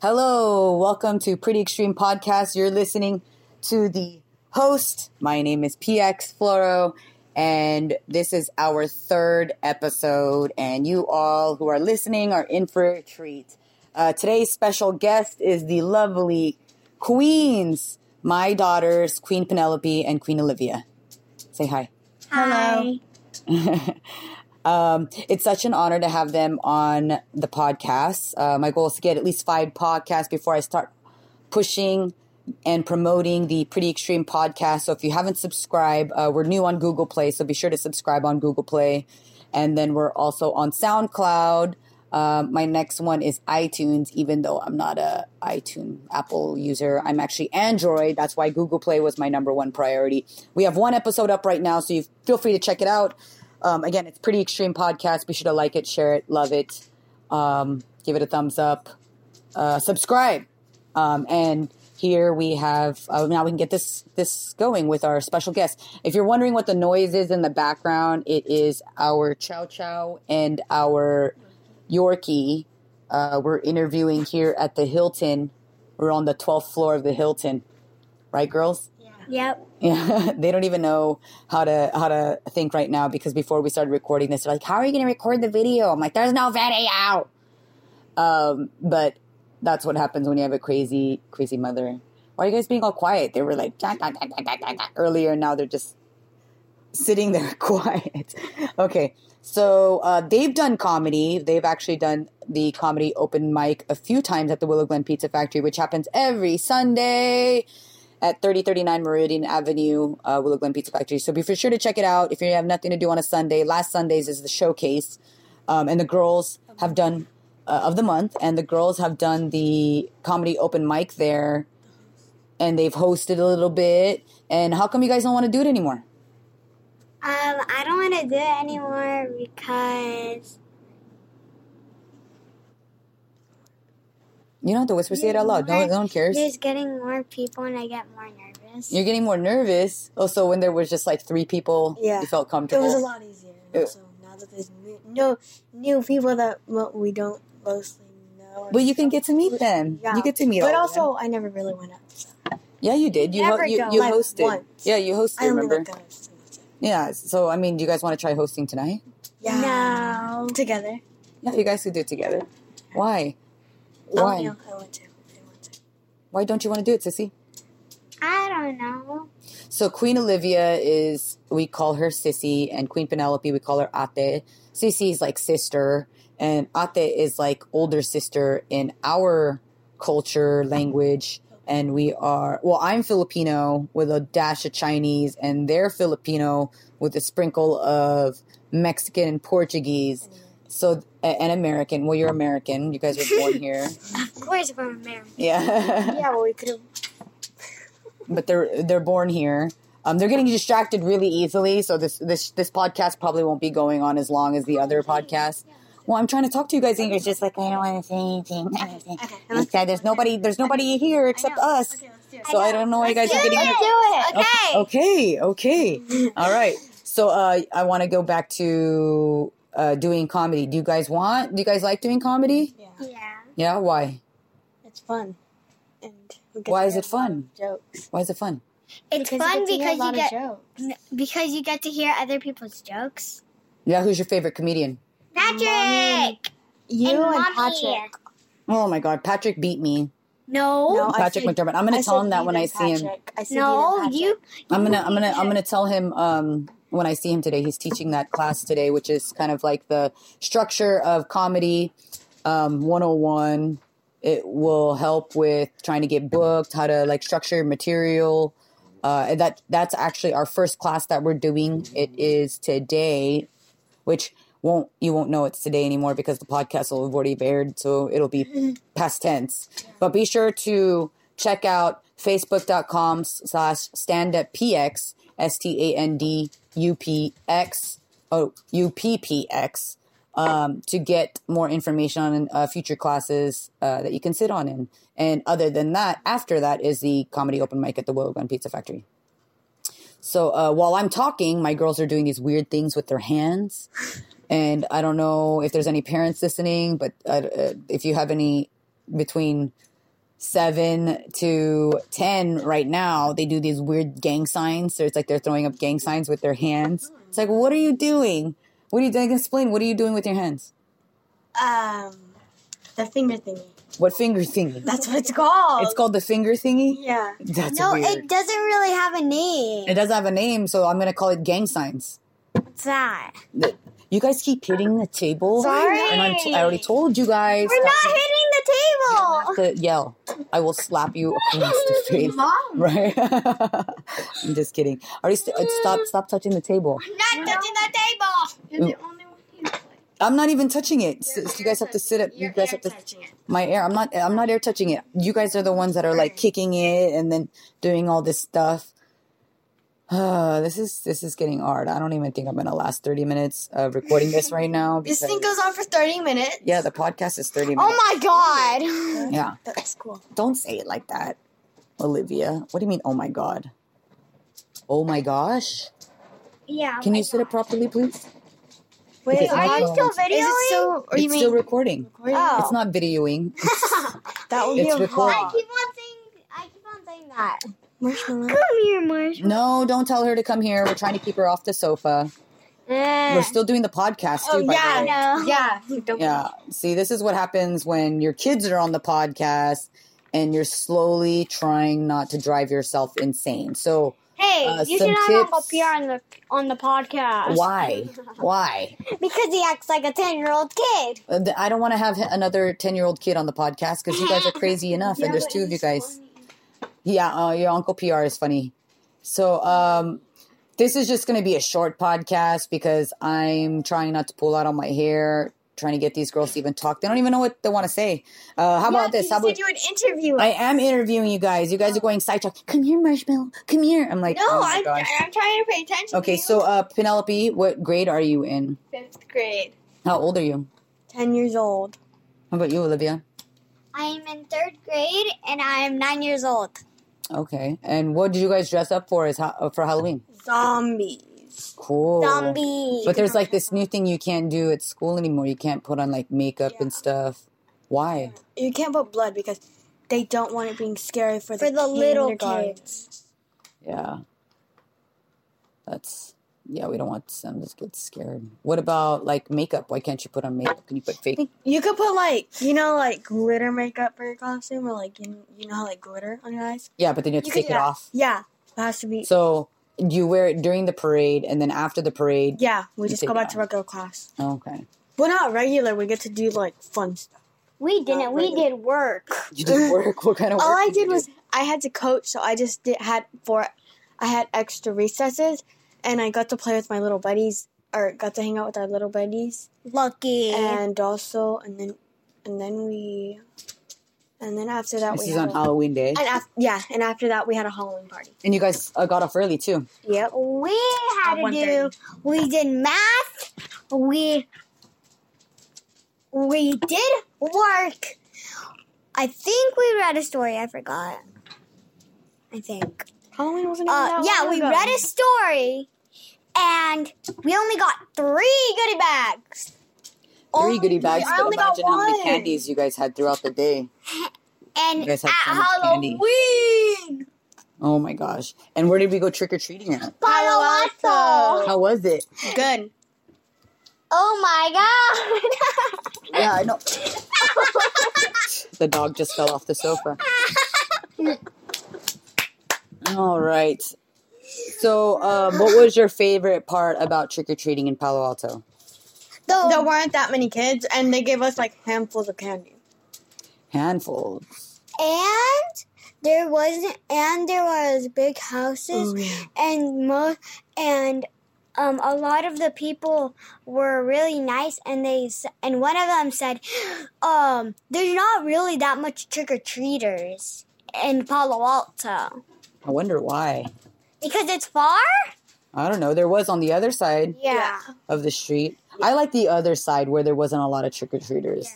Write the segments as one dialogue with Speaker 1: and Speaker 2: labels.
Speaker 1: Hello, welcome to Pretty Extreme Podcast. You're listening to the host. My name is PX Floro, and this is our third episode. And you all who are listening are in for a treat. Uh, today's special guest is the lovely Queens, my daughters, Queen Penelope and Queen Olivia. Say hi.
Speaker 2: Hello.
Speaker 1: Um, it's such an honor to have them on the podcast. Uh, my goal is to get at least five podcasts before I start pushing and promoting the Pretty Extreme podcast. So if you haven't subscribed, uh, we're new on Google Play, so be sure to subscribe on Google Play. And then we're also on SoundCloud. Um, my next one is iTunes, even though I'm not a iTunes Apple user. I'm actually Android. That's why Google Play was my number one priority. We have one episode up right now, so you feel free to check it out. Um, again, it's Pretty Extreme Podcast. Be sure to like it, share it, love it, um, give it a thumbs up, uh, subscribe. Um, and here we have uh, now we can get this this going with our special guest. If you're wondering what the noise is in the background, it is our Chow Chow and our Yorkie. Uh, we're interviewing here at the Hilton. We're on the 12th floor of the Hilton, right, girls?
Speaker 2: Yep. Um,
Speaker 1: Yeah, they don't even know how to how to think right now because before we started recording this, they're like, "How are you going to record the video?" I'm like, "There's no video." Um, but that's what happens when you have a crazy crazy mother. Why are you guys being all quiet? They were like "Dah, dah, dah, dah, dah, dah, dah," earlier, and now they're just sitting there quiet. okay, so uh, they've done comedy. They've actually done the comedy open mic a few times at the Willow Glen Pizza Factory, which happens every Sunday at 3039 Meridian Avenue, uh, Willow Glen Pizza Factory. So be for sure to check it out if you have nothing to do on a Sunday. Last Sundays is the showcase, um, and the girls have done uh, of the month, and the girls have done the comedy open mic there, and they've hosted a little bit. And how come you guys don't want to do it anymore?
Speaker 2: Um, I don't want to do it anymore because
Speaker 1: You don't have to whisper, say it out loud. No, one- no one cares.
Speaker 2: There's getting more people, and I get more nervous.
Speaker 1: You're getting more nervous. Also, when there was just like three people,
Speaker 3: Yeah.
Speaker 1: you felt
Speaker 3: It
Speaker 1: comfortable.
Speaker 3: was a lot easier.
Speaker 1: Yeah.
Speaker 3: And also, now that there's new, no new people that mo- we don't mostly know.
Speaker 1: But you can get to meet them.
Speaker 3: Yeah.
Speaker 1: You get to meet.
Speaker 3: But
Speaker 1: all of them.
Speaker 3: also, I never really went up. So.
Speaker 1: yeah, you did. You ho-
Speaker 3: Never
Speaker 1: you,
Speaker 3: go.
Speaker 1: you
Speaker 3: Like,
Speaker 1: hosted.
Speaker 3: once.
Speaker 1: Yeah, you hosted.
Speaker 3: I only
Speaker 1: remember?
Speaker 3: looked at it. so that's it.
Speaker 1: Yeah. So I mean, do you guys want to try hosting tonight?
Speaker 2: No.
Speaker 3: Together.
Speaker 1: Yeah, you guys could do it together. Why?
Speaker 3: Oh,
Speaker 1: Why?
Speaker 3: no, I want to. I want to.
Speaker 1: Why don't you want to do it, sissy?
Speaker 2: I don't know.
Speaker 1: So Queen Olivia is we call her sissy, and Queen Penelope we call her ate. Sissy is like sister, and ate is like older sister in our culture language. And we are well. I'm Filipino with a dash of Chinese, and they're Filipino with a sprinkle of Mexican and Portuguese. So a- and American. Well, you're American. You guys were born here.
Speaker 2: Of course, if I'm there.
Speaker 1: Yeah.
Speaker 3: Yeah, well, we could have.
Speaker 1: but they're they're born here. Um, they're getting distracted really easily, so this this this podcast probably won't be going on as long as the other podcast. Well, I'm trying to talk to you guys, and you're just like, I don't want to say anything. I don't wanna say
Speaker 3: Okay,
Speaker 1: anything." Okay, there's nobody there's nobody here except us.
Speaker 3: Okay, let's do it.
Speaker 1: So I don't know why you guys are
Speaker 2: do
Speaker 1: getting.
Speaker 2: it. Okay.
Speaker 1: Okay, okay, all right. So uh, I want to go back to uh, doing comedy. Do you guys want? Do you guys like doing comedy?
Speaker 3: Yeah,
Speaker 2: Yeah.
Speaker 1: Yeah. Why?
Speaker 3: it's fun. And we get
Speaker 1: Why
Speaker 3: to
Speaker 1: is
Speaker 3: hear
Speaker 1: it
Speaker 3: a lot
Speaker 1: fun?
Speaker 3: of Jokes.
Speaker 1: Why is it fun?
Speaker 2: It's
Speaker 3: Because
Speaker 2: fun
Speaker 3: you get to hear
Speaker 2: because
Speaker 3: a lot
Speaker 2: you get
Speaker 3: of jokes.
Speaker 2: because you get to hear other people's jokes.
Speaker 1: Yeah. Who's your favorite comedian?
Speaker 2: Patrick
Speaker 3: You
Speaker 2: and,
Speaker 3: and,
Speaker 2: Mommy.
Speaker 3: Patrick.
Speaker 1: Oh my God, Patrick beat me.
Speaker 2: No.
Speaker 3: No, I
Speaker 1: Patrick
Speaker 3: said-
Speaker 1: McDermott. I'm
Speaker 3: I
Speaker 1: gonna tell
Speaker 3: said
Speaker 1: him that
Speaker 3: you
Speaker 1: when
Speaker 3: and
Speaker 1: I see him.
Speaker 3: Patrick. I said you.
Speaker 2: No,
Speaker 3: and
Speaker 2: you.
Speaker 1: I'm gonna, I'm gonna, I'm gonna tell him um, when I see him today. He's teaching that class today, which is kind of like the structure of comedy um, 101. It will help with trying to get booked, how to like structure your material. Uh, and that that's actually our first class that we're doing. It is today, which won't you won't know it's today anymore because the podcast will have already aired, so it'll be past tense. But be sure to check out facebook.com slash stand up px s-t-a-n-d-u-p-x oh u-p-p-x um, to get more information on uh, future classes uh, that you can sit on in and other than that after that is the comedy open mic at the willow gun pizza factory so uh, while i'm talking my girls are doing these weird things with their hands and i don't know if there's any parents listening but uh, uh, if you have any between seven to ten right now, they do these weird gang signs. So it's like they're throwing up gang signs with their hands. It's like, what are you doing? What are you doing? Explain. What are you doing with your hands?
Speaker 3: Um, the finger thingy.
Speaker 1: What finger thingy?
Speaker 3: That's what it's called.
Speaker 1: It's called the finger thingy.
Speaker 3: Yeah.
Speaker 1: That's
Speaker 2: no,
Speaker 1: weird.
Speaker 2: it doesn't really have a name.
Speaker 1: it doesn't have a name, so I'm gonna call it gang signs.
Speaker 2: What's that?
Speaker 1: You guys keep hitting the table.
Speaker 2: Sorry.
Speaker 1: And I'm t- I already told you guys.
Speaker 2: We're not
Speaker 1: that
Speaker 2: hitting the table.
Speaker 1: you have to yell. I will slap you across the face. Right? I'm just kidding. Already, st- uh, stop, stop touching the table.
Speaker 2: Not touching the table.
Speaker 4: You're the only one who can play.
Speaker 1: I'm not even touching it. S- you guys have to sit up. You
Speaker 4: Your
Speaker 1: guys
Speaker 4: air
Speaker 1: have to.
Speaker 4: touching it.
Speaker 1: My air. I'm not. I'm not air touching it. You guys are the ones that are like kicking it and then doing all this stuff. Uh, this is this is getting hard. I don't even think I'm gonna last 30 minutes of recording this right now.
Speaker 4: This
Speaker 1: because-
Speaker 4: thing goes on for 30 minutes.
Speaker 1: yeah, the podcast is 30 minutes.
Speaker 2: Oh my god.
Speaker 1: yeah,
Speaker 3: That's cool.
Speaker 1: don't say it like that, Olivia. What do you mean? Oh my god. Oh my gosh.
Speaker 2: Yeah.
Speaker 3: Oh
Speaker 1: Can you sit up properly, please?
Speaker 3: Wait,
Speaker 1: Because
Speaker 2: Are you
Speaker 1: Oh.
Speaker 2: still
Speaker 3: is
Speaker 2: videoing?
Speaker 3: it so? Or you
Speaker 1: it's still
Speaker 3: mean
Speaker 1: recording.
Speaker 2: Oh.
Speaker 1: It's not videoing.
Speaker 3: that will be
Speaker 1: it's
Speaker 3: a
Speaker 1: recorded.
Speaker 2: I
Speaker 3: vlog?
Speaker 2: keep on saying. I keep on saying that.
Speaker 3: Marshmallow.
Speaker 2: Come here, Marshall.
Speaker 1: No, don't tell her to come here. We're trying to keep her off the sofa.
Speaker 2: Eh,
Speaker 1: We're still doing the podcast too.
Speaker 3: Eh. Oh,
Speaker 1: by the
Speaker 3: yeah.
Speaker 1: way.
Speaker 2: No.
Speaker 3: Yeah. Don't-
Speaker 1: Yeah. See, this is what happens when your kids are on the podcast and you're slowly trying not to drive yourself insane. So
Speaker 2: Hey,
Speaker 1: Uh,
Speaker 2: you
Speaker 1: some
Speaker 2: should have him
Speaker 1: tips.
Speaker 2: up here on the on the podcast.
Speaker 1: why? Why?
Speaker 2: Because he acts like a ten year old kid.
Speaker 1: Uh, th- I don't want to have h- another 10-year-old kid on the podcast because you guys are crazy enough and there's two of you guys. Yeah, uh, your Uncle PR is funny. So um, this is just going to be a short podcast because I'm trying not to pull out on my hair, trying to get these girls to even talk. They don't even know what they want to say. Uh, how about this? How about
Speaker 3: you would interview.
Speaker 1: I am interviewing you guys. You guys are going sidetracked. Come here, Marshmallow. Come here. I'm like,
Speaker 4: Oh. No,
Speaker 1: oh my
Speaker 4: I'm,
Speaker 1: gosh.
Speaker 4: I'm trying to pay attention. to
Speaker 1: Okay,
Speaker 4: you.
Speaker 1: so uh, Penelope, what grade are you in?
Speaker 4: Fifth grade.
Speaker 1: How old are you?
Speaker 3: Ten years old.
Speaker 1: How about you, Olivia?
Speaker 2: I am in third grade and I am nine years old.
Speaker 1: Okay, and what did you guys dress up for? Is ha- uh, for Halloween?
Speaker 3: Zombies.
Speaker 1: Cool.
Speaker 2: Zombie.
Speaker 1: But there's like this new thing you can't do at school anymore. You can't put on like makeup and stuff. Why?
Speaker 3: You can't put blood because they don't want it being scary for the,
Speaker 2: for the little
Speaker 3: kindergarten.
Speaker 2: kids.
Speaker 1: Yeah. That's yeah. We don't want them to get scared. What about like makeup? Why can't you put on makeup? Can you put fake?
Speaker 3: You could put like you know like glitter makeup for your costume or like you, you know how like glitter on your eyes.
Speaker 1: Yeah, but then you have to
Speaker 3: You
Speaker 1: take
Speaker 3: could-
Speaker 1: it off.
Speaker 3: Yeah, it has to be.
Speaker 1: So you wear it during the parade and then after the parade.
Speaker 3: yeah, we
Speaker 1: You
Speaker 3: just
Speaker 1: take
Speaker 3: go
Speaker 1: it
Speaker 3: back to
Speaker 1: off.
Speaker 3: regular class.
Speaker 1: Okay.
Speaker 3: Well, not regular. We get to do like fun stuff.
Speaker 2: We didn't. We did work.
Speaker 1: You did work. What kind of work?
Speaker 3: All I
Speaker 1: you
Speaker 3: did was I had to coach, so I just did, had for I had extra recesses, and I got to play with my little buddies, or got to hang out with our little buddies,
Speaker 2: Lucky.
Speaker 3: and also, and then, and then we, and then after that
Speaker 1: This
Speaker 3: we
Speaker 1: is
Speaker 3: had
Speaker 1: on
Speaker 3: a-
Speaker 1: Halloween day,
Speaker 3: and af- yeah, and after that we had a Halloween party.
Speaker 1: and you guys uh, got off early too.
Speaker 3: Yep.
Speaker 2: we had to do.
Speaker 3: 1:30.
Speaker 2: We did math. We we did work. I think we read a story. I forgot. I think.
Speaker 3: Halloween wasn't even
Speaker 2: Uh,
Speaker 3: that
Speaker 2: yeah,
Speaker 3: long
Speaker 2: we
Speaker 3: ago.
Speaker 2: read a story, and we only got three goodie bags.
Speaker 1: Three goodie bags.
Speaker 2: I
Speaker 1: But
Speaker 2: only got
Speaker 1: imagine how many
Speaker 2: one.
Speaker 1: candies you guys had throughout the day.
Speaker 2: And
Speaker 1: You guys
Speaker 2: at
Speaker 1: had so much candy.
Speaker 2: Halloween,
Speaker 1: Oh my gosh! And where did we go trick or treating at?
Speaker 2: Palo Alto.
Speaker 1: How was it?
Speaker 3: Good.
Speaker 2: Oh my god.
Speaker 1: Yeah, I know. the dog just fell off the sofa. All right. So, um, what was your favorite part about trick or treating in Palo Alto?
Speaker 2: the,
Speaker 3: There weren't that many kids, and they gave us like handfuls of candy.
Speaker 1: Handfuls.
Speaker 2: and there wasn't and there was big
Speaker 1: Oh,
Speaker 2: houses and mo- and um, a lot of the people were really nice and they s- and one of them said um, there's not really that much trick-or-treaters in palo alto
Speaker 1: I wonder why.
Speaker 2: because it's far
Speaker 1: I don't know. There was on the other side
Speaker 2: yeah,
Speaker 1: of the street. I like the other side where there wasn't a lot of trick or treaters.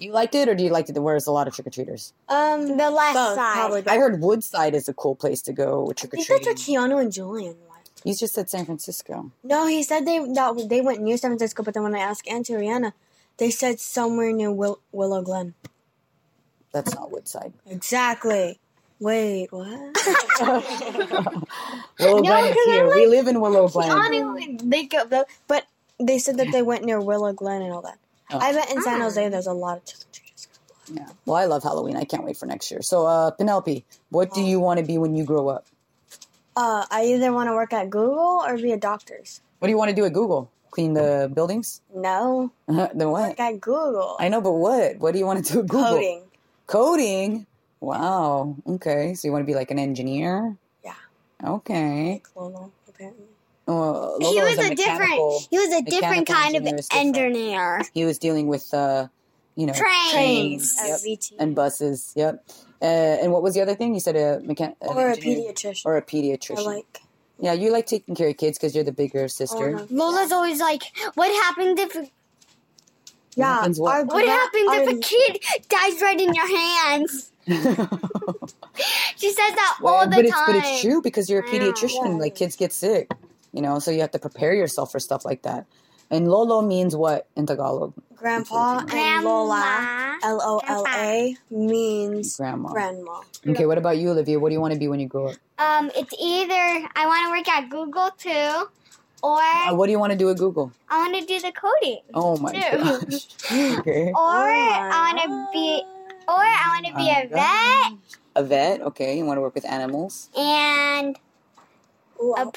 Speaker 1: You liked it, or do you like it where there's a lot of trick or treaters?
Speaker 3: Um,
Speaker 2: the left
Speaker 3: both
Speaker 2: side
Speaker 3: probably.
Speaker 1: I heard Woodside is a cool place to go with trick
Speaker 3: I
Speaker 1: or
Speaker 3: think that's where
Speaker 1: treating.
Speaker 3: Keanu and Julian went.
Speaker 1: You just said San Francisco.
Speaker 3: No, he said they that they went near San Francisco, but then when I asked Auntie Rihanna, they said somewhere near Will- Willow Glen.
Speaker 1: That's not Woodside.
Speaker 3: Exactly. Wait, what?
Speaker 1: Willow
Speaker 4: No,
Speaker 1: Glen is
Speaker 4: 'cause I'm
Speaker 1: here. we live in Willow Glen.
Speaker 4: Honey,
Speaker 3: they go, though, but they said that they went near Willow Glen and all that.
Speaker 1: Oh.
Speaker 3: I bet in San Jose there's a lot of children.
Speaker 1: Yeah. Well, I love Halloween. I can't wait for next year. So, uh, Penelope, what do you want to be when you grow up?
Speaker 3: Uh, I either want to work at Google or be a doctor's.
Speaker 1: What do you want to do at Google? Clean the buildings?
Speaker 3: No,
Speaker 1: then what?
Speaker 3: work at Google.
Speaker 1: I know, but what? What do you want to do at Google?
Speaker 3: Coding.
Speaker 1: Coding. Wow. Okay. So you want to be like an engineer?
Speaker 3: Yeah.
Speaker 1: Okay.
Speaker 3: Clonal, apparently.
Speaker 1: Well,
Speaker 2: he
Speaker 1: Lolo
Speaker 2: was
Speaker 1: is
Speaker 2: a,
Speaker 1: mechanical-
Speaker 2: different. He was a different
Speaker 1: mechanical
Speaker 2: kind of
Speaker 1: engineer is different.
Speaker 2: engineer.
Speaker 1: He was dealing with, uh, you know,
Speaker 2: Trains.
Speaker 1: trains. Yep.
Speaker 3: VT.
Speaker 1: and buses. Yep. Uh, and what was the other thing you said? A mechan- an
Speaker 3: or a
Speaker 1: engineer-
Speaker 3: pediatrician.
Speaker 1: Or a pediatrician.
Speaker 3: I like.
Speaker 1: yeah, you like taking care of kids because you're the bigger sister.
Speaker 3: Oh, no.
Speaker 2: Lola's always like, "What happened if?
Speaker 1: What
Speaker 3: Yeah.
Speaker 1: happens what-
Speaker 3: our
Speaker 2: What
Speaker 3: gra-
Speaker 2: happens if
Speaker 3: our-
Speaker 2: a kid dies right in your hands?" She says that all the
Speaker 1: but it's
Speaker 2: time.
Speaker 1: but it's true because you're a
Speaker 2: I know.
Speaker 1: pediatrician.
Speaker 3: Yeah.
Speaker 1: Like kids get sick, you know, so you have to prepare yourself for stuff like that. And lolo means what in Tagalog?
Speaker 3: Grandpa and Lola.
Speaker 2: Grandma.
Speaker 3: L O L A means
Speaker 1: Grandma.
Speaker 3: grandma.
Speaker 1: Okay, what about you, Olivia? What do you want to be when you grow up?
Speaker 2: Um, it's either I want to work at Google too, or
Speaker 1: Uh, what do you want to do at Google?
Speaker 2: I want to do the coding,
Speaker 1: Oh my
Speaker 2: Two.
Speaker 1: gosh. Okay.
Speaker 2: or I want to be, or I want to be
Speaker 1: Oh my
Speaker 2: a vet
Speaker 1: A vet, okay. You want to work with animals.
Speaker 2: and
Speaker 3: Ooh,
Speaker 2: a
Speaker 3: a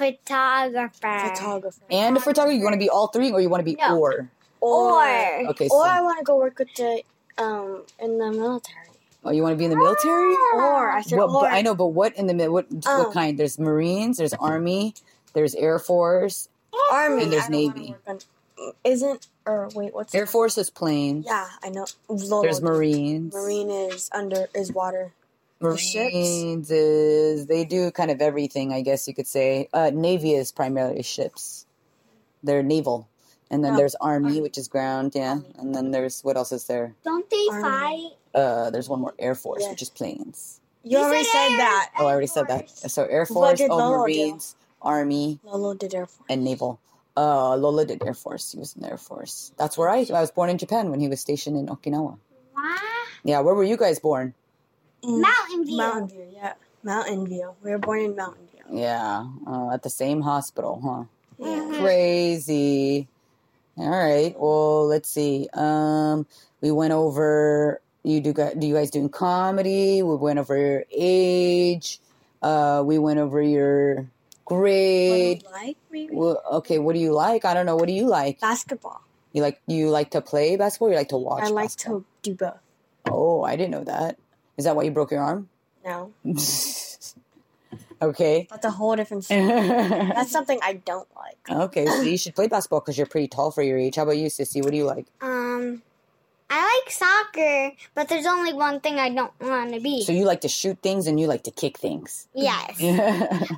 Speaker 2: photographer.
Speaker 3: photographer.
Speaker 1: And a photographer, you want to be all three or you want to be
Speaker 2: No.
Speaker 1: or?
Speaker 2: Or
Speaker 1: Okay,
Speaker 3: Or
Speaker 1: so
Speaker 3: I want to go work with the um in the military.
Speaker 1: oh, you want to be in the military?
Speaker 3: Or I said
Speaker 1: Well,
Speaker 3: or
Speaker 1: but I know, but what in the mil- what
Speaker 3: Oh.
Speaker 1: what kind? There's Marines, there's Army, there's Air Force.
Speaker 3: army.
Speaker 1: And there's
Speaker 3: I don't wanna
Speaker 1: Navy.
Speaker 3: work on- isn't or wait, what's
Speaker 1: Air Force is planes.
Speaker 3: Yeah, oh, I know. Lolo.
Speaker 1: There's Marines.
Speaker 3: Marine is under is water. the ships.
Speaker 1: Marines is they do kind of everything, I guess you could say. Uh, Navy is primarily ships. They're naval. And then
Speaker 3: Oh,
Speaker 1: there's Army, which is ground, yeah. And then there's what else is there?
Speaker 2: don't they
Speaker 3: Army.
Speaker 2: fight?
Speaker 1: Uh, there's one more Air Force,
Speaker 3: Yeah.
Speaker 1: which is planes.
Speaker 3: You
Speaker 2: You
Speaker 3: already
Speaker 2: said
Speaker 3: said
Speaker 2: Air-
Speaker 3: that.
Speaker 1: Oh, I already said that. So Air
Speaker 3: What
Speaker 1: Force,
Speaker 3: did
Speaker 1: oh,
Speaker 3: Lolo do?
Speaker 1: Marines, Army,
Speaker 3: Lolo did Air Force.
Speaker 1: and naval. Uh, Lola did Air Force. He was in the Air Force. That's where I I was born in Japan when he was stationed in Okinawa.
Speaker 2: Wow.
Speaker 1: Yeah, where were you guys born? Hmm.
Speaker 3: Mm,
Speaker 2: Mountain View.
Speaker 3: Mountain View, yeah. Mountain View. We were born in Mountain View.
Speaker 1: Yeah, uh, at the same hospital, huh?
Speaker 2: Mm-hmm.
Speaker 3: Yeah.
Speaker 1: Crazy. All right. Well, let's see. Um, we went over. You do. gu- Do you guys doing comedy? We went over your age. Uh, we went over your grade.
Speaker 3: Like maybe
Speaker 1: Well, okay. What do you like? I don't know. What do you like?
Speaker 3: basketball.
Speaker 1: You like you like to play basketball. You like to watch.
Speaker 3: I like
Speaker 1: basketball?
Speaker 3: to do both.
Speaker 1: Oh, I didn't know that. Is that why you broke your arm?
Speaker 3: No,
Speaker 1: okay.
Speaker 3: that's a whole different. story.
Speaker 1: okay.
Speaker 3: that's something I don't like.
Speaker 1: So you should play basketball because you're pretty tall for your age. How about you, sissy? What do you like?
Speaker 2: Um, I like soccer, but there's only one thing I don't want to be.
Speaker 1: So you like to shoot things and you like to kick things.
Speaker 2: yes.
Speaker 1: okay.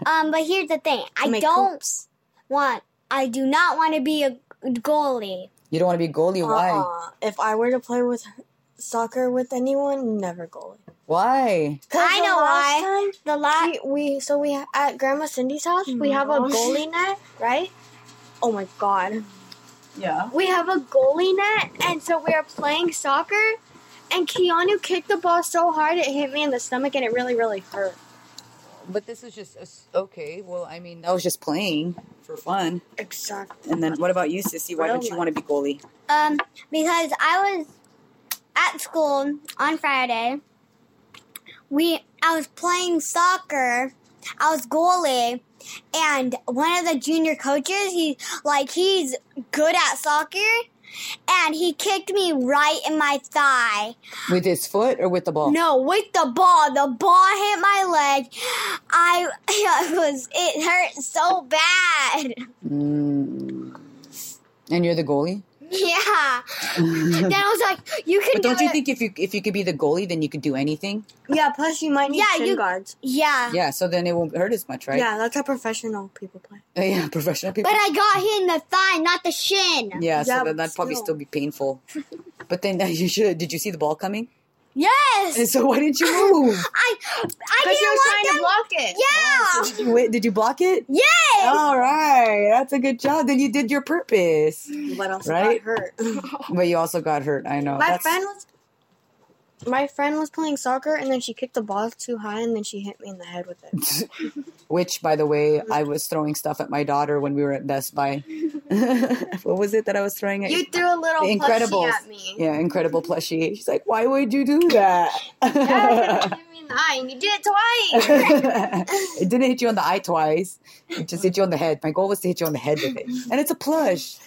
Speaker 2: Um, but here's the thing. I
Speaker 3: Make
Speaker 2: don't
Speaker 3: hoops.
Speaker 2: want. I do not want to be a goalie.
Speaker 1: You don't want to be goalie. Why?
Speaker 3: Uh-uh. If I were to play with soccer with anyone, never goalie.
Speaker 1: Why?
Speaker 3: 'Cause
Speaker 2: I
Speaker 3: the
Speaker 2: know
Speaker 3: last
Speaker 2: The
Speaker 3: time
Speaker 2: last
Speaker 3: We, we so we at Grandma Cindy's house we have a
Speaker 2: No.
Speaker 3: goalie net right. Oh my god!
Speaker 1: Yeah.
Speaker 3: We have a goalie net, and so we are playing soccer, and Keanu kicked the ball so hard it hit me in the stomach, and it really, really hurt.
Speaker 1: But this is just okay. Well, I mean, that was just playing for fun.
Speaker 3: Exactly.
Speaker 1: And then what about you, sissy? Why don't you want to be goalie?
Speaker 2: um because I was at school on Friday. We I was playing soccer. I was goalie, and one of the junior coaches, he like he's good at soccer, and he kicked me right in my thigh.
Speaker 1: With his foot or with the ball?
Speaker 2: No, with the ball. The ball hit my leg. I it was it hurt so bad.
Speaker 1: Mm. And you're the goalie.
Speaker 2: Yeah. then I was like, you can
Speaker 1: But don't
Speaker 2: do
Speaker 1: you
Speaker 2: it.
Speaker 1: think if you if you could be the goalie, then you could do anything?
Speaker 3: Yeah. Plus, you might need
Speaker 2: Yeah,
Speaker 3: shin
Speaker 2: you-
Speaker 3: guards.
Speaker 2: yeah.
Speaker 1: Yeah. So then it won't hurt as much, right?
Speaker 3: Yeah, that's how professional people play.
Speaker 1: Yeah. Professional people.
Speaker 2: But uh, I got hit in the thigh, not the shin.
Speaker 1: yeah,
Speaker 3: Yeah,
Speaker 1: So then
Speaker 3: but
Speaker 1: that'd probably
Speaker 3: still.
Speaker 1: still be painful. But then uh, you should. Did you see the ball coming? And
Speaker 2: Yes.
Speaker 1: so why didn't you move?
Speaker 2: I I
Speaker 4: Because
Speaker 2: didn't
Speaker 4: you were
Speaker 2: want
Speaker 4: trying
Speaker 2: them.
Speaker 4: to block it.
Speaker 2: yeah.
Speaker 1: Did you, wait, did you block it?
Speaker 2: Yes.
Speaker 1: All right, that's a good job. Then you did your purpose,
Speaker 3: But also
Speaker 1: Right?
Speaker 3: got hurt.
Speaker 1: but you also got hurt. I know. Oh,
Speaker 3: My
Speaker 1: That's-
Speaker 3: friend was my friend was playing soccer and then she kicked the ball too high and then she hit me in the head with it.
Speaker 1: Which, by the way, I was throwing stuff at my daughter when we were at Best Buy. what was it that I was throwing at
Speaker 4: You threw a little
Speaker 1: The
Speaker 4: plushie
Speaker 1: Incredibles.
Speaker 4: at me.
Speaker 1: Yeah, incredible plushie. She's like, why would you do that?
Speaker 4: Yeah, you hit me in the eye, and you did it twice.
Speaker 1: it didn't hit you on the eye twice. It just hit you on the head. My goal was to hit you on the head with it. And it's a plush.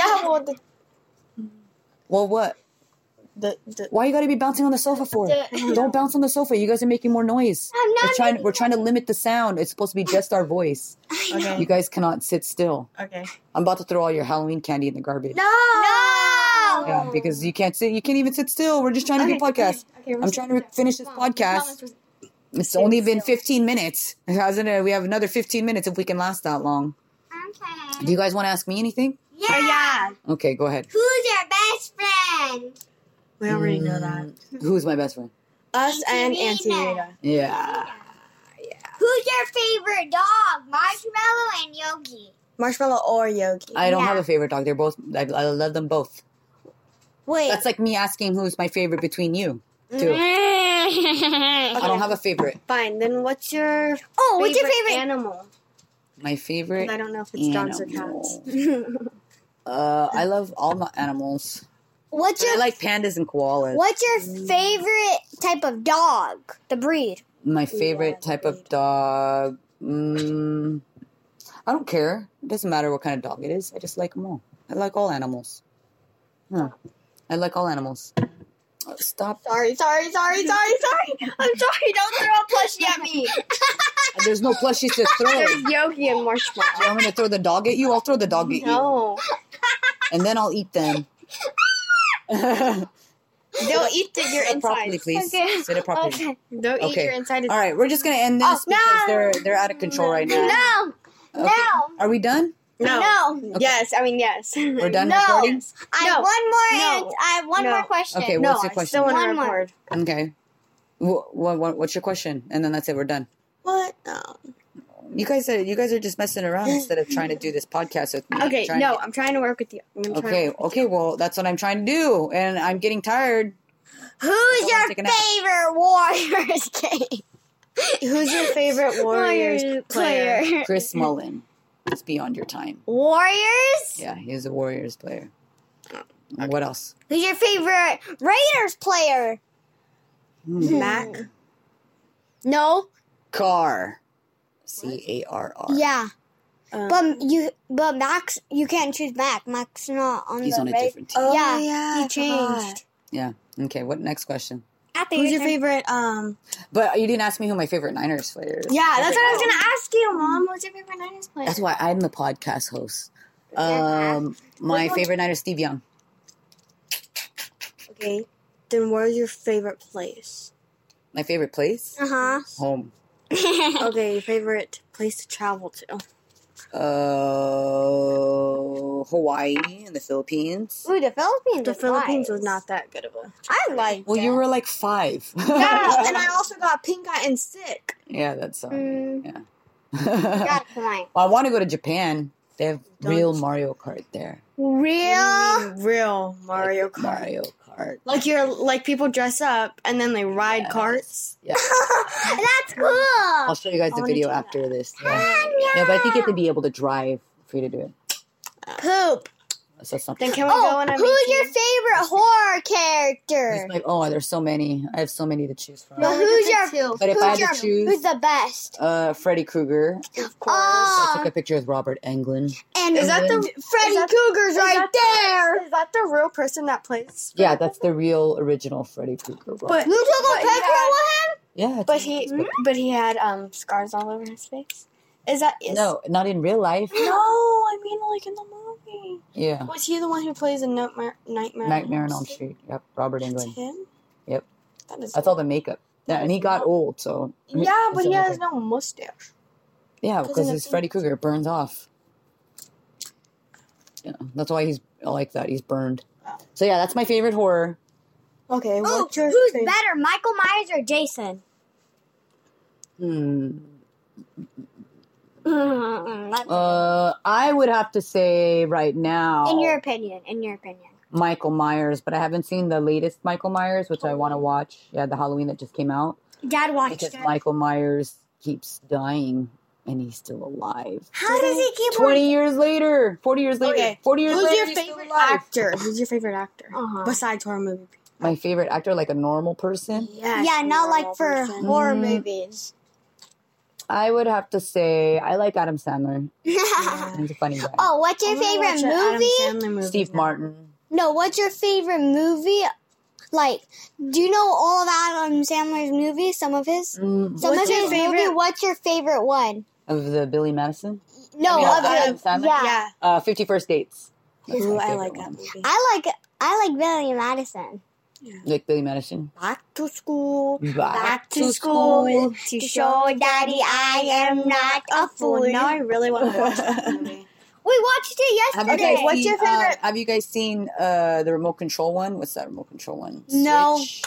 Speaker 3: yeah, well, the,
Speaker 1: Well, what?
Speaker 3: the, the
Speaker 1: Why you gotta be bouncing on the sofa for? Don't bounce on the sofa. You guys are making more noise.
Speaker 4: I'm not
Speaker 1: We're trying.
Speaker 4: making
Speaker 1: We're trying to limit the sound. It's supposed to be just our voice.
Speaker 3: okay,
Speaker 1: You guys cannot sit still.
Speaker 3: okay.
Speaker 1: I'm about to throw all your Halloween candy in the garbage.
Speaker 4: No. No.
Speaker 1: Yeah, because you can't sit. You can't even sit still. We're just trying to do a podcast.
Speaker 3: Okay,
Speaker 1: I'm trying to re- finish this podcast. It's only been 15 minutes. It hasn't it? We have another 15 minutes if we can last that long.
Speaker 2: Okay.
Speaker 1: Do you guys want to ask me anything?
Speaker 2: Yeah. yeah.
Speaker 1: Okay, go ahead.
Speaker 2: Who's your best friend?
Speaker 3: we already know that.
Speaker 1: Mm. Who's my best friend?
Speaker 3: Us and
Speaker 2: Auntie
Speaker 3: Auntie
Speaker 2: Rita.
Speaker 3: Rita.
Speaker 1: Yeah.
Speaker 2: Who's your favorite dog? Marshmallow and Yogi.
Speaker 3: Marshmallow or Yogi.
Speaker 1: I don't
Speaker 2: Yeah.
Speaker 1: have a favorite dog. They're both, I, I love them both.
Speaker 2: Wait.
Speaker 1: That's like me asking who's my favorite between you, too. I
Speaker 3: Mm-hmm. Okay.
Speaker 1: don't have a favorite.
Speaker 3: Fine, then what's your
Speaker 2: oh, what's your
Speaker 3: favorite
Speaker 2: favorite?
Speaker 3: animal?
Speaker 1: My favorite.
Speaker 3: I don't know if it's dogs or
Speaker 1: animal.
Speaker 3: cats.
Speaker 1: Uh, I love all my animals.
Speaker 2: what's
Speaker 1: I
Speaker 2: your
Speaker 1: like pandas and koalas.
Speaker 2: What's your favorite type of dog? The breed.
Speaker 1: My favorite type of dog. Mm, I don't care. It doesn't matter what kind of dog it is. I just like them all. I like all animals. Huh. I like all animals. Oh, Stop.
Speaker 4: Sorry, sorry, sorry, sorry, sorry. I'm sorry. Don't throw a plushie at me.
Speaker 1: There's no plushies to throw.
Speaker 3: There's Yogi and Marshmallow.
Speaker 1: You want me to throw the dog at you? I'll throw the dog at you.
Speaker 3: No,
Speaker 1: And then I'll eat them.
Speaker 3: they'll eat the, your
Speaker 1: Sit
Speaker 3: insides.
Speaker 1: properly, please. Sit it properly.
Speaker 3: Okay, Oh, they'll eat
Speaker 1: Okay.
Speaker 3: your inside.
Speaker 1: All right, we're just gonna end this because they're they're out of control right now.
Speaker 2: No,
Speaker 1: Okay. Are we done?
Speaker 3: No.
Speaker 2: no.
Speaker 3: Yes, I mean yes.
Speaker 1: We're done
Speaker 2: No.
Speaker 1: recording.
Speaker 2: I
Speaker 3: No.
Speaker 2: have one more.
Speaker 3: No.
Speaker 2: ans- I have one
Speaker 3: No.
Speaker 2: more question.
Speaker 1: Okay,
Speaker 3: no,
Speaker 1: what's your
Speaker 3: I
Speaker 1: question?
Speaker 3: still want to
Speaker 2: One more.
Speaker 3: record.
Speaker 1: Okay. What, what what's your question? And then that's it. We're done.
Speaker 3: What? No.
Speaker 1: You guys are you guys are just messing around instead of trying to do this podcast with me.
Speaker 3: Okay,
Speaker 1: Trying
Speaker 3: no,
Speaker 1: to-
Speaker 3: I'm trying to work with you. I'm trying
Speaker 1: okay. Okay. Well, that's what I'm trying to do, and I'm getting tired.
Speaker 2: Who's
Speaker 1: wanna
Speaker 2: your
Speaker 1: take a nap.
Speaker 2: favorite Warriors game?
Speaker 3: Who's your favorite Warriors player?
Speaker 1: Chris Mullen. It's beyond your time.
Speaker 2: Warriors.
Speaker 1: Yeah, he's a Warriors player.
Speaker 3: Oh,
Speaker 1: What else?
Speaker 2: Who's your favorite Raiders player?
Speaker 3: Mac.
Speaker 2: No.
Speaker 1: Car. C A R R.
Speaker 2: Yeah,
Speaker 3: Um,
Speaker 2: but you, but Max, you can't choose Mac. Mac's not on
Speaker 1: He's
Speaker 2: the
Speaker 1: on a
Speaker 2: Ra-
Speaker 1: different team.
Speaker 3: oh,
Speaker 2: yeah,
Speaker 3: yeah,
Speaker 2: he
Speaker 3: I forgot.
Speaker 2: changed.
Speaker 1: Yeah. Okay. What next question?
Speaker 2: After
Speaker 3: Who's your
Speaker 2: turn.
Speaker 3: favorite? Um.
Speaker 1: But you didn't ask me who my favorite Niners player is.
Speaker 3: Yeah,
Speaker 4: That's what I was gonna ask you, Mom. What's your favorite Niners player?
Speaker 1: That's why I'm the podcast host. Um, my favorite Niner is Steve Young.
Speaker 3: Okay. Then where's your favorite place?
Speaker 1: My favorite place?
Speaker 2: Uh
Speaker 3: Uh-huh.
Speaker 1: Home.
Speaker 2: huh.
Speaker 3: Okay, your favorite place to travel to.
Speaker 1: Uh, Hawaii and the Philippines.
Speaker 2: Ooh, the Philippines.
Speaker 3: The
Speaker 2: is
Speaker 3: Philippines
Speaker 2: nice.
Speaker 3: was not that good of a.
Speaker 2: I like.
Speaker 1: Well, you were like five.
Speaker 3: Yeah, and I also got pink eye and sick.
Speaker 1: yeah, that's. Uh,
Speaker 2: Mm,
Speaker 1: well,
Speaker 2: got a point.
Speaker 1: I want to go to Japan. They have
Speaker 3: Don't-
Speaker 1: real Mario Kart there.
Speaker 2: Real.
Speaker 3: Real Mario
Speaker 1: Like
Speaker 3: Kart.
Speaker 1: Mario Kart.
Speaker 3: Like you're like people dress up and then they ride
Speaker 1: Yes.
Speaker 3: carts.
Speaker 1: Yeah.
Speaker 2: That's cool.
Speaker 1: I'll show you guys
Speaker 3: I
Speaker 1: the
Speaker 3: wanna
Speaker 1: video
Speaker 3: do that. Ah,
Speaker 1: after this. Oh, Yeah. No, but I think you have to be able to drive for you to do it.
Speaker 2: Poop.
Speaker 1: So that's something.
Speaker 3: Then can we go
Speaker 2: Oh,
Speaker 3: on a
Speaker 2: who's your favorite horror character?
Speaker 1: There's like, oh, there's so many. I have so many to choose from.
Speaker 2: But who's your?
Speaker 1: But if I had
Speaker 2: Who's
Speaker 1: to
Speaker 2: your?
Speaker 1: choose-
Speaker 2: Who's the best?
Speaker 1: Uh, Freddy Krueger.
Speaker 3: Of course.
Speaker 1: I
Speaker 3: Uh-huh.
Speaker 2: Oh,
Speaker 1: took a picture with Robert Englund.
Speaker 2: and
Speaker 3: is that the
Speaker 2: Freddy
Speaker 3: is that-
Speaker 2: Cougar's
Speaker 3: is
Speaker 2: right
Speaker 3: that
Speaker 2: there.
Speaker 3: Is that the real person that plays?
Speaker 1: Yeah, that's the real original Freddy Krueger. Robert.
Speaker 3: But
Speaker 2: You took a
Speaker 3: But
Speaker 2: picture
Speaker 3: yeah.
Speaker 2: with
Speaker 1: yeah, it's-
Speaker 3: but he
Speaker 2: Hmm?
Speaker 3: but he had um scars all over his face. Is that is,
Speaker 1: no, not in real life.
Speaker 3: No, I mean like in the movie.
Speaker 1: Yeah,
Speaker 3: Was he the one who plays in Nightmare Nightmare,
Speaker 1: Oh. Nightmare on Elm Street. Yep, Robert
Speaker 3: That's
Speaker 1: Englund.
Speaker 3: him.
Speaker 1: Yep.
Speaker 3: That is.
Speaker 1: That's all the makeup. Yeah, and he got old, so
Speaker 3: yeah, but
Speaker 1: Doesn't
Speaker 3: he
Speaker 1: look
Speaker 3: has
Speaker 1: like-
Speaker 3: no mustache.
Speaker 1: yeah,
Speaker 3: doesn't
Speaker 1: because
Speaker 3: look
Speaker 1: his
Speaker 3: like-
Speaker 1: Freddy Krueger burns off. Yeah, that's why he's I like that. He's burned. So yeah, that's my favorite horror.
Speaker 3: Okay,
Speaker 2: him. Ooh,
Speaker 3: what's your
Speaker 2: Oh, who's
Speaker 3: favorite?
Speaker 2: better, Michael Myers or Jason?
Speaker 1: Hmm.
Speaker 2: Mm, that's-
Speaker 1: Uh, I would have to say right now.
Speaker 2: in your opinion, in your opinion.
Speaker 1: Michael Myers, but I haven't seen the latest Michael Myers, which I want to watch. Yeah, the Halloween that just came out
Speaker 2: Dad watched
Speaker 1: because
Speaker 2: it.
Speaker 1: Michael Myers keeps dying and he's still alive.
Speaker 2: How does he keep on?
Speaker 1: Twenty years later, forty years later,
Speaker 3: Okay.
Speaker 1: forty years
Speaker 3: Who's
Speaker 1: later,
Speaker 3: your
Speaker 1: he's still
Speaker 3: favorite
Speaker 1: alive.
Speaker 3: actor? Who's your favorite actor
Speaker 2: Uh-huh.
Speaker 3: besides horror movie?
Speaker 1: My favorite actor, like a normal person,
Speaker 3: Yes,
Speaker 2: Yeah, not like for horror
Speaker 1: Mm.
Speaker 2: movies.
Speaker 1: I would have to say I like Adam Sandler. He's a funny guy.
Speaker 2: oh, what's your favorite movie?
Speaker 1: Steve Martin.
Speaker 2: No, what's your favorite movie? Like, do you know all of Adam Sandler's movies? Some of his,
Speaker 1: Mm,
Speaker 2: some
Speaker 3: What's
Speaker 2: of
Speaker 3: your
Speaker 2: his
Speaker 3: favorite-
Speaker 2: movie. What's your favorite one?
Speaker 1: of the Billy Madison.
Speaker 2: No,
Speaker 1: Yeah,
Speaker 2: of
Speaker 1: Adam
Speaker 2: the,
Speaker 1: Sandler?
Speaker 2: yeah.
Speaker 3: Yeah.
Speaker 1: Uh, Fifty First Dates. That's my
Speaker 3: Ooh, I
Speaker 1: favorite
Speaker 3: like that
Speaker 1: one.
Speaker 3: movie.
Speaker 2: I like I like Billy Madison.
Speaker 1: Like Billy Madison.
Speaker 3: Back to school.
Speaker 1: Bye.
Speaker 2: Back to school to show Daddy I am not a fool.
Speaker 3: Fool. Now I really want to watch that movie.
Speaker 2: We watched it
Speaker 1: Have you guys
Speaker 2: yesterday.
Speaker 3: Um, Okay, what's
Speaker 1: seen,
Speaker 3: your
Speaker 1: uh,
Speaker 3: favorite-
Speaker 1: have you guys seen uh, the remote control one? What's that remote control one?
Speaker 2: No.
Speaker 1: Switch?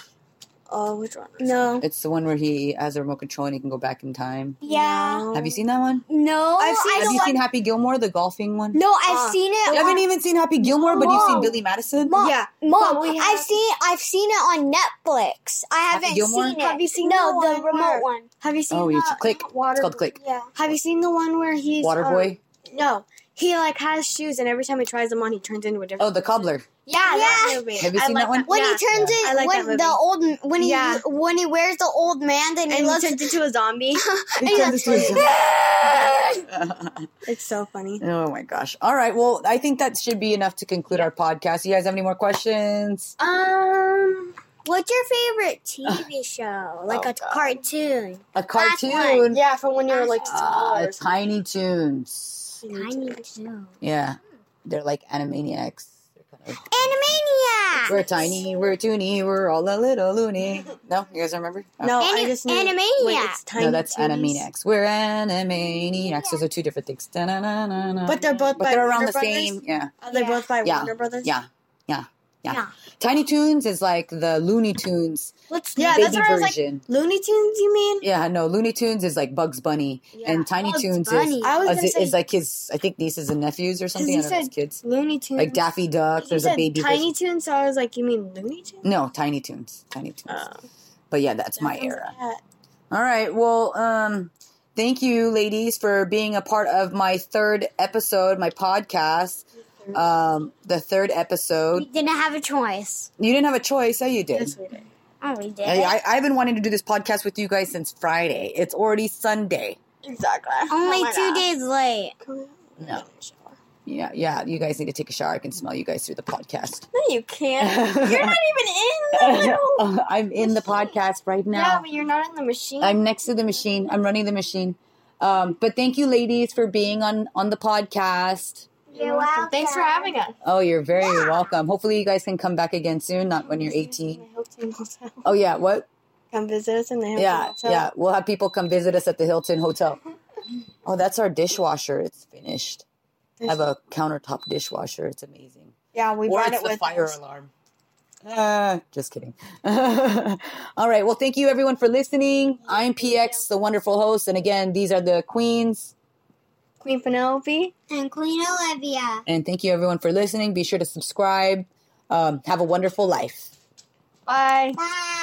Speaker 3: Oh, which one?
Speaker 2: no.
Speaker 1: It's the one where he has a remote control and he can go back in time.
Speaker 2: Yeah.
Speaker 1: Have you seen that one?
Speaker 2: No.
Speaker 3: I've seen
Speaker 2: Oh. I
Speaker 3: it.
Speaker 1: have
Speaker 2: don't
Speaker 1: you
Speaker 2: like-
Speaker 1: seen Happy Gilmore, the golfing one?
Speaker 2: No, I've
Speaker 3: Uh,
Speaker 2: seen it.
Speaker 1: You haven't
Speaker 2: on-
Speaker 1: even seen Happy Gilmore, but you've seen
Speaker 2: Mom.
Speaker 1: Billy Madison.
Speaker 2: Mom,
Speaker 3: Yeah,
Speaker 2: Mom,
Speaker 3: but we
Speaker 2: I've
Speaker 3: have-
Speaker 2: seen I've seen it on Netflix. I haven't
Speaker 1: Gilmore?
Speaker 2: seen it.
Speaker 3: Have you seen
Speaker 2: no
Speaker 3: the
Speaker 2: the,
Speaker 3: one
Speaker 2: remote
Speaker 3: where-
Speaker 2: one?
Speaker 3: Have you seen
Speaker 1: Oh,
Speaker 3: the
Speaker 1: you should click.
Speaker 3: water?
Speaker 1: It's called Click.
Speaker 2: Yeah.
Speaker 3: Have you seen the one where he's
Speaker 1: Waterboy.
Speaker 3: uh, no, he like has shoes, and every time he tries them on, he turns into a different.
Speaker 1: oh, the cobbler.
Speaker 3: Yeah,
Speaker 2: Yeah.
Speaker 3: that movie.
Speaker 1: Have you
Speaker 3: I
Speaker 1: seen
Speaker 3: like
Speaker 1: that one?
Speaker 2: When
Speaker 3: yeah.
Speaker 2: he turns
Speaker 3: I
Speaker 2: in
Speaker 3: like that
Speaker 2: when the old when he
Speaker 3: Yeah.
Speaker 2: when he wears the old man and he
Speaker 3: and he
Speaker 2: looks
Speaker 3: turns into a zombie.
Speaker 2: and he
Speaker 1: turns
Speaker 2: goes,
Speaker 1: into
Speaker 3: it's so funny.
Speaker 1: oh my gosh! All right. Well, I think that should be enough to conclude our podcast. You guys have any more questions?
Speaker 2: Um What's your favorite TV show?
Speaker 3: Oh,
Speaker 2: Like a cartoon.
Speaker 1: A
Speaker 2: Last one.
Speaker 1: cartoon.
Speaker 3: Yeah, from when you were like
Speaker 1: Ah,
Speaker 3: smaller.
Speaker 1: Tiny Toons.
Speaker 2: Tiny Toon.
Speaker 1: Yeah, they're like Animaniacs. They're kind of-
Speaker 2: Animaniacs.
Speaker 1: We're tiny, we're toony, we're all a little loony. No, you guys remember? Oh.
Speaker 3: no,
Speaker 2: Ani-
Speaker 3: I just knew.
Speaker 2: Animaniacs.
Speaker 3: Wait, it's Tiny
Speaker 1: No, that's
Speaker 3: Toons.
Speaker 1: Animaniacs. We're Animaniacs. Those are two different things. Da-na-na-na-na.
Speaker 3: But they're both.
Speaker 1: but
Speaker 3: by
Speaker 1: they're around the
Speaker 3: Warner Brothers?
Speaker 1: same. Yeah,
Speaker 3: Are they
Speaker 2: Yeah.
Speaker 3: both by
Speaker 1: Yeah.
Speaker 3: Warner Brothers?
Speaker 1: yeah, yeah, yeah,
Speaker 2: Yeah.
Speaker 1: Tiny Toons is like the Looney Tunes
Speaker 2: Let's
Speaker 3: Yeah,
Speaker 1: baby
Speaker 3: that's what I was like.
Speaker 1: version.
Speaker 3: Looney Tunes, you mean?
Speaker 1: Yeah, no, Looney Tunes is like Bugs Bunny,
Speaker 3: Yeah. Oh,
Speaker 1: and Tiny
Speaker 2: Bugs
Speaker 1: Toons
Speaker 2: Bunny.
Speaker 1: is,
Speaker 3: I was
Speaker 1: is,
Speaker 3: gonna say
Speaker 1: is like his. I think nieces and nephews or something. I
Speaker 3: you
Speaker 1: don't know, his
Speaker 3: said
Speaker 1: kids.
Speaker 3: Looney Tunes.
Speaker 1: Like Daffy Duck.
Speaker 3: You
Speaker 1: There's a
Speaker 3: said
Speaker 1: baby.
Speaker 3: Tiny
Speaker 1: version.
Speaker 3: Tunes, so I was like, you mean Looney Tunes?
Speaker 1: No, Tiny Toons. Tiny Toons. but yeah, that's my
Speaker 3: Who's
Speaker 1: era.
Speaker 3: Uh, that?
Speaker 1: All right. Well, um, thank you, ladies, for being a part of my third episode, my podcast. Um, the third
Speaker 2: We
Speaker 1: episode.
Speaker 2: didn't have a choice.
Speaker 1: You didn't have a choice. Yeah, you did.
Speaker 3: Yes, we did.
Speaker 2: Oh, we did.
Speaker 1: Hey, I, I've been wanting to do this podcast with you guys since Friday. It's already Sunday.
Speaker 3: Exactly. Oh
Speaker 2: Only
Speaker 3: two
Speaker 2: two days late.
Speaker 1: No. Yeah, yeah. You guys need to take a shower. I can smell you guys through the podcast.
Speaker 3: No, you can't. You're not even in the little.
Speaker 1: I'm in the podcast right now.
Speaker 3: Yeah, but you're not in the machine.
Speaker 1: I'm next to the machine. I'm running the machine. Um, but thank you, ladies, for being on on the podcast.
Speaker 2: You're welcome.
Speaker 3: Thanks for having us.
Speaker 1: Oh, you're very welcome. Hopefully, you guys can come back again soon. Not when you're 18. Oh yeah, what?
Speaker 3: Come visit us in the Hilton
Speaker 1: Yeah,
Speaker 3: Hotel.
Speaker 1: yeah. We'll have people come visit us at the Hilton Hotel. Oh, that's our dishwasher. It's finished. I have a countertop dishwasher. It's amazing.
Speaker 3: yeah, we
Speaker 1: or
Speaker 3: brought
Speaker 1: it's
Speaker 3: it
Speaker 1: the
Speaker 3: with
Speaker 1: fire
Speaker 3: us.
Speaker 1: alarm. Uh, just kidding. All right. Well, thank you everyone for listening. I'm PX, the wonderful host, and again, these are the queens.
Speaker 3: Queen Penelope.
Speaker 2: And Queen Olivia.
Speaker 1: And thank you everyone for listening. Be sure to subscribe. Um, have a wonderful life.
Speaker 3: Bye.
Speaker 2: Bye.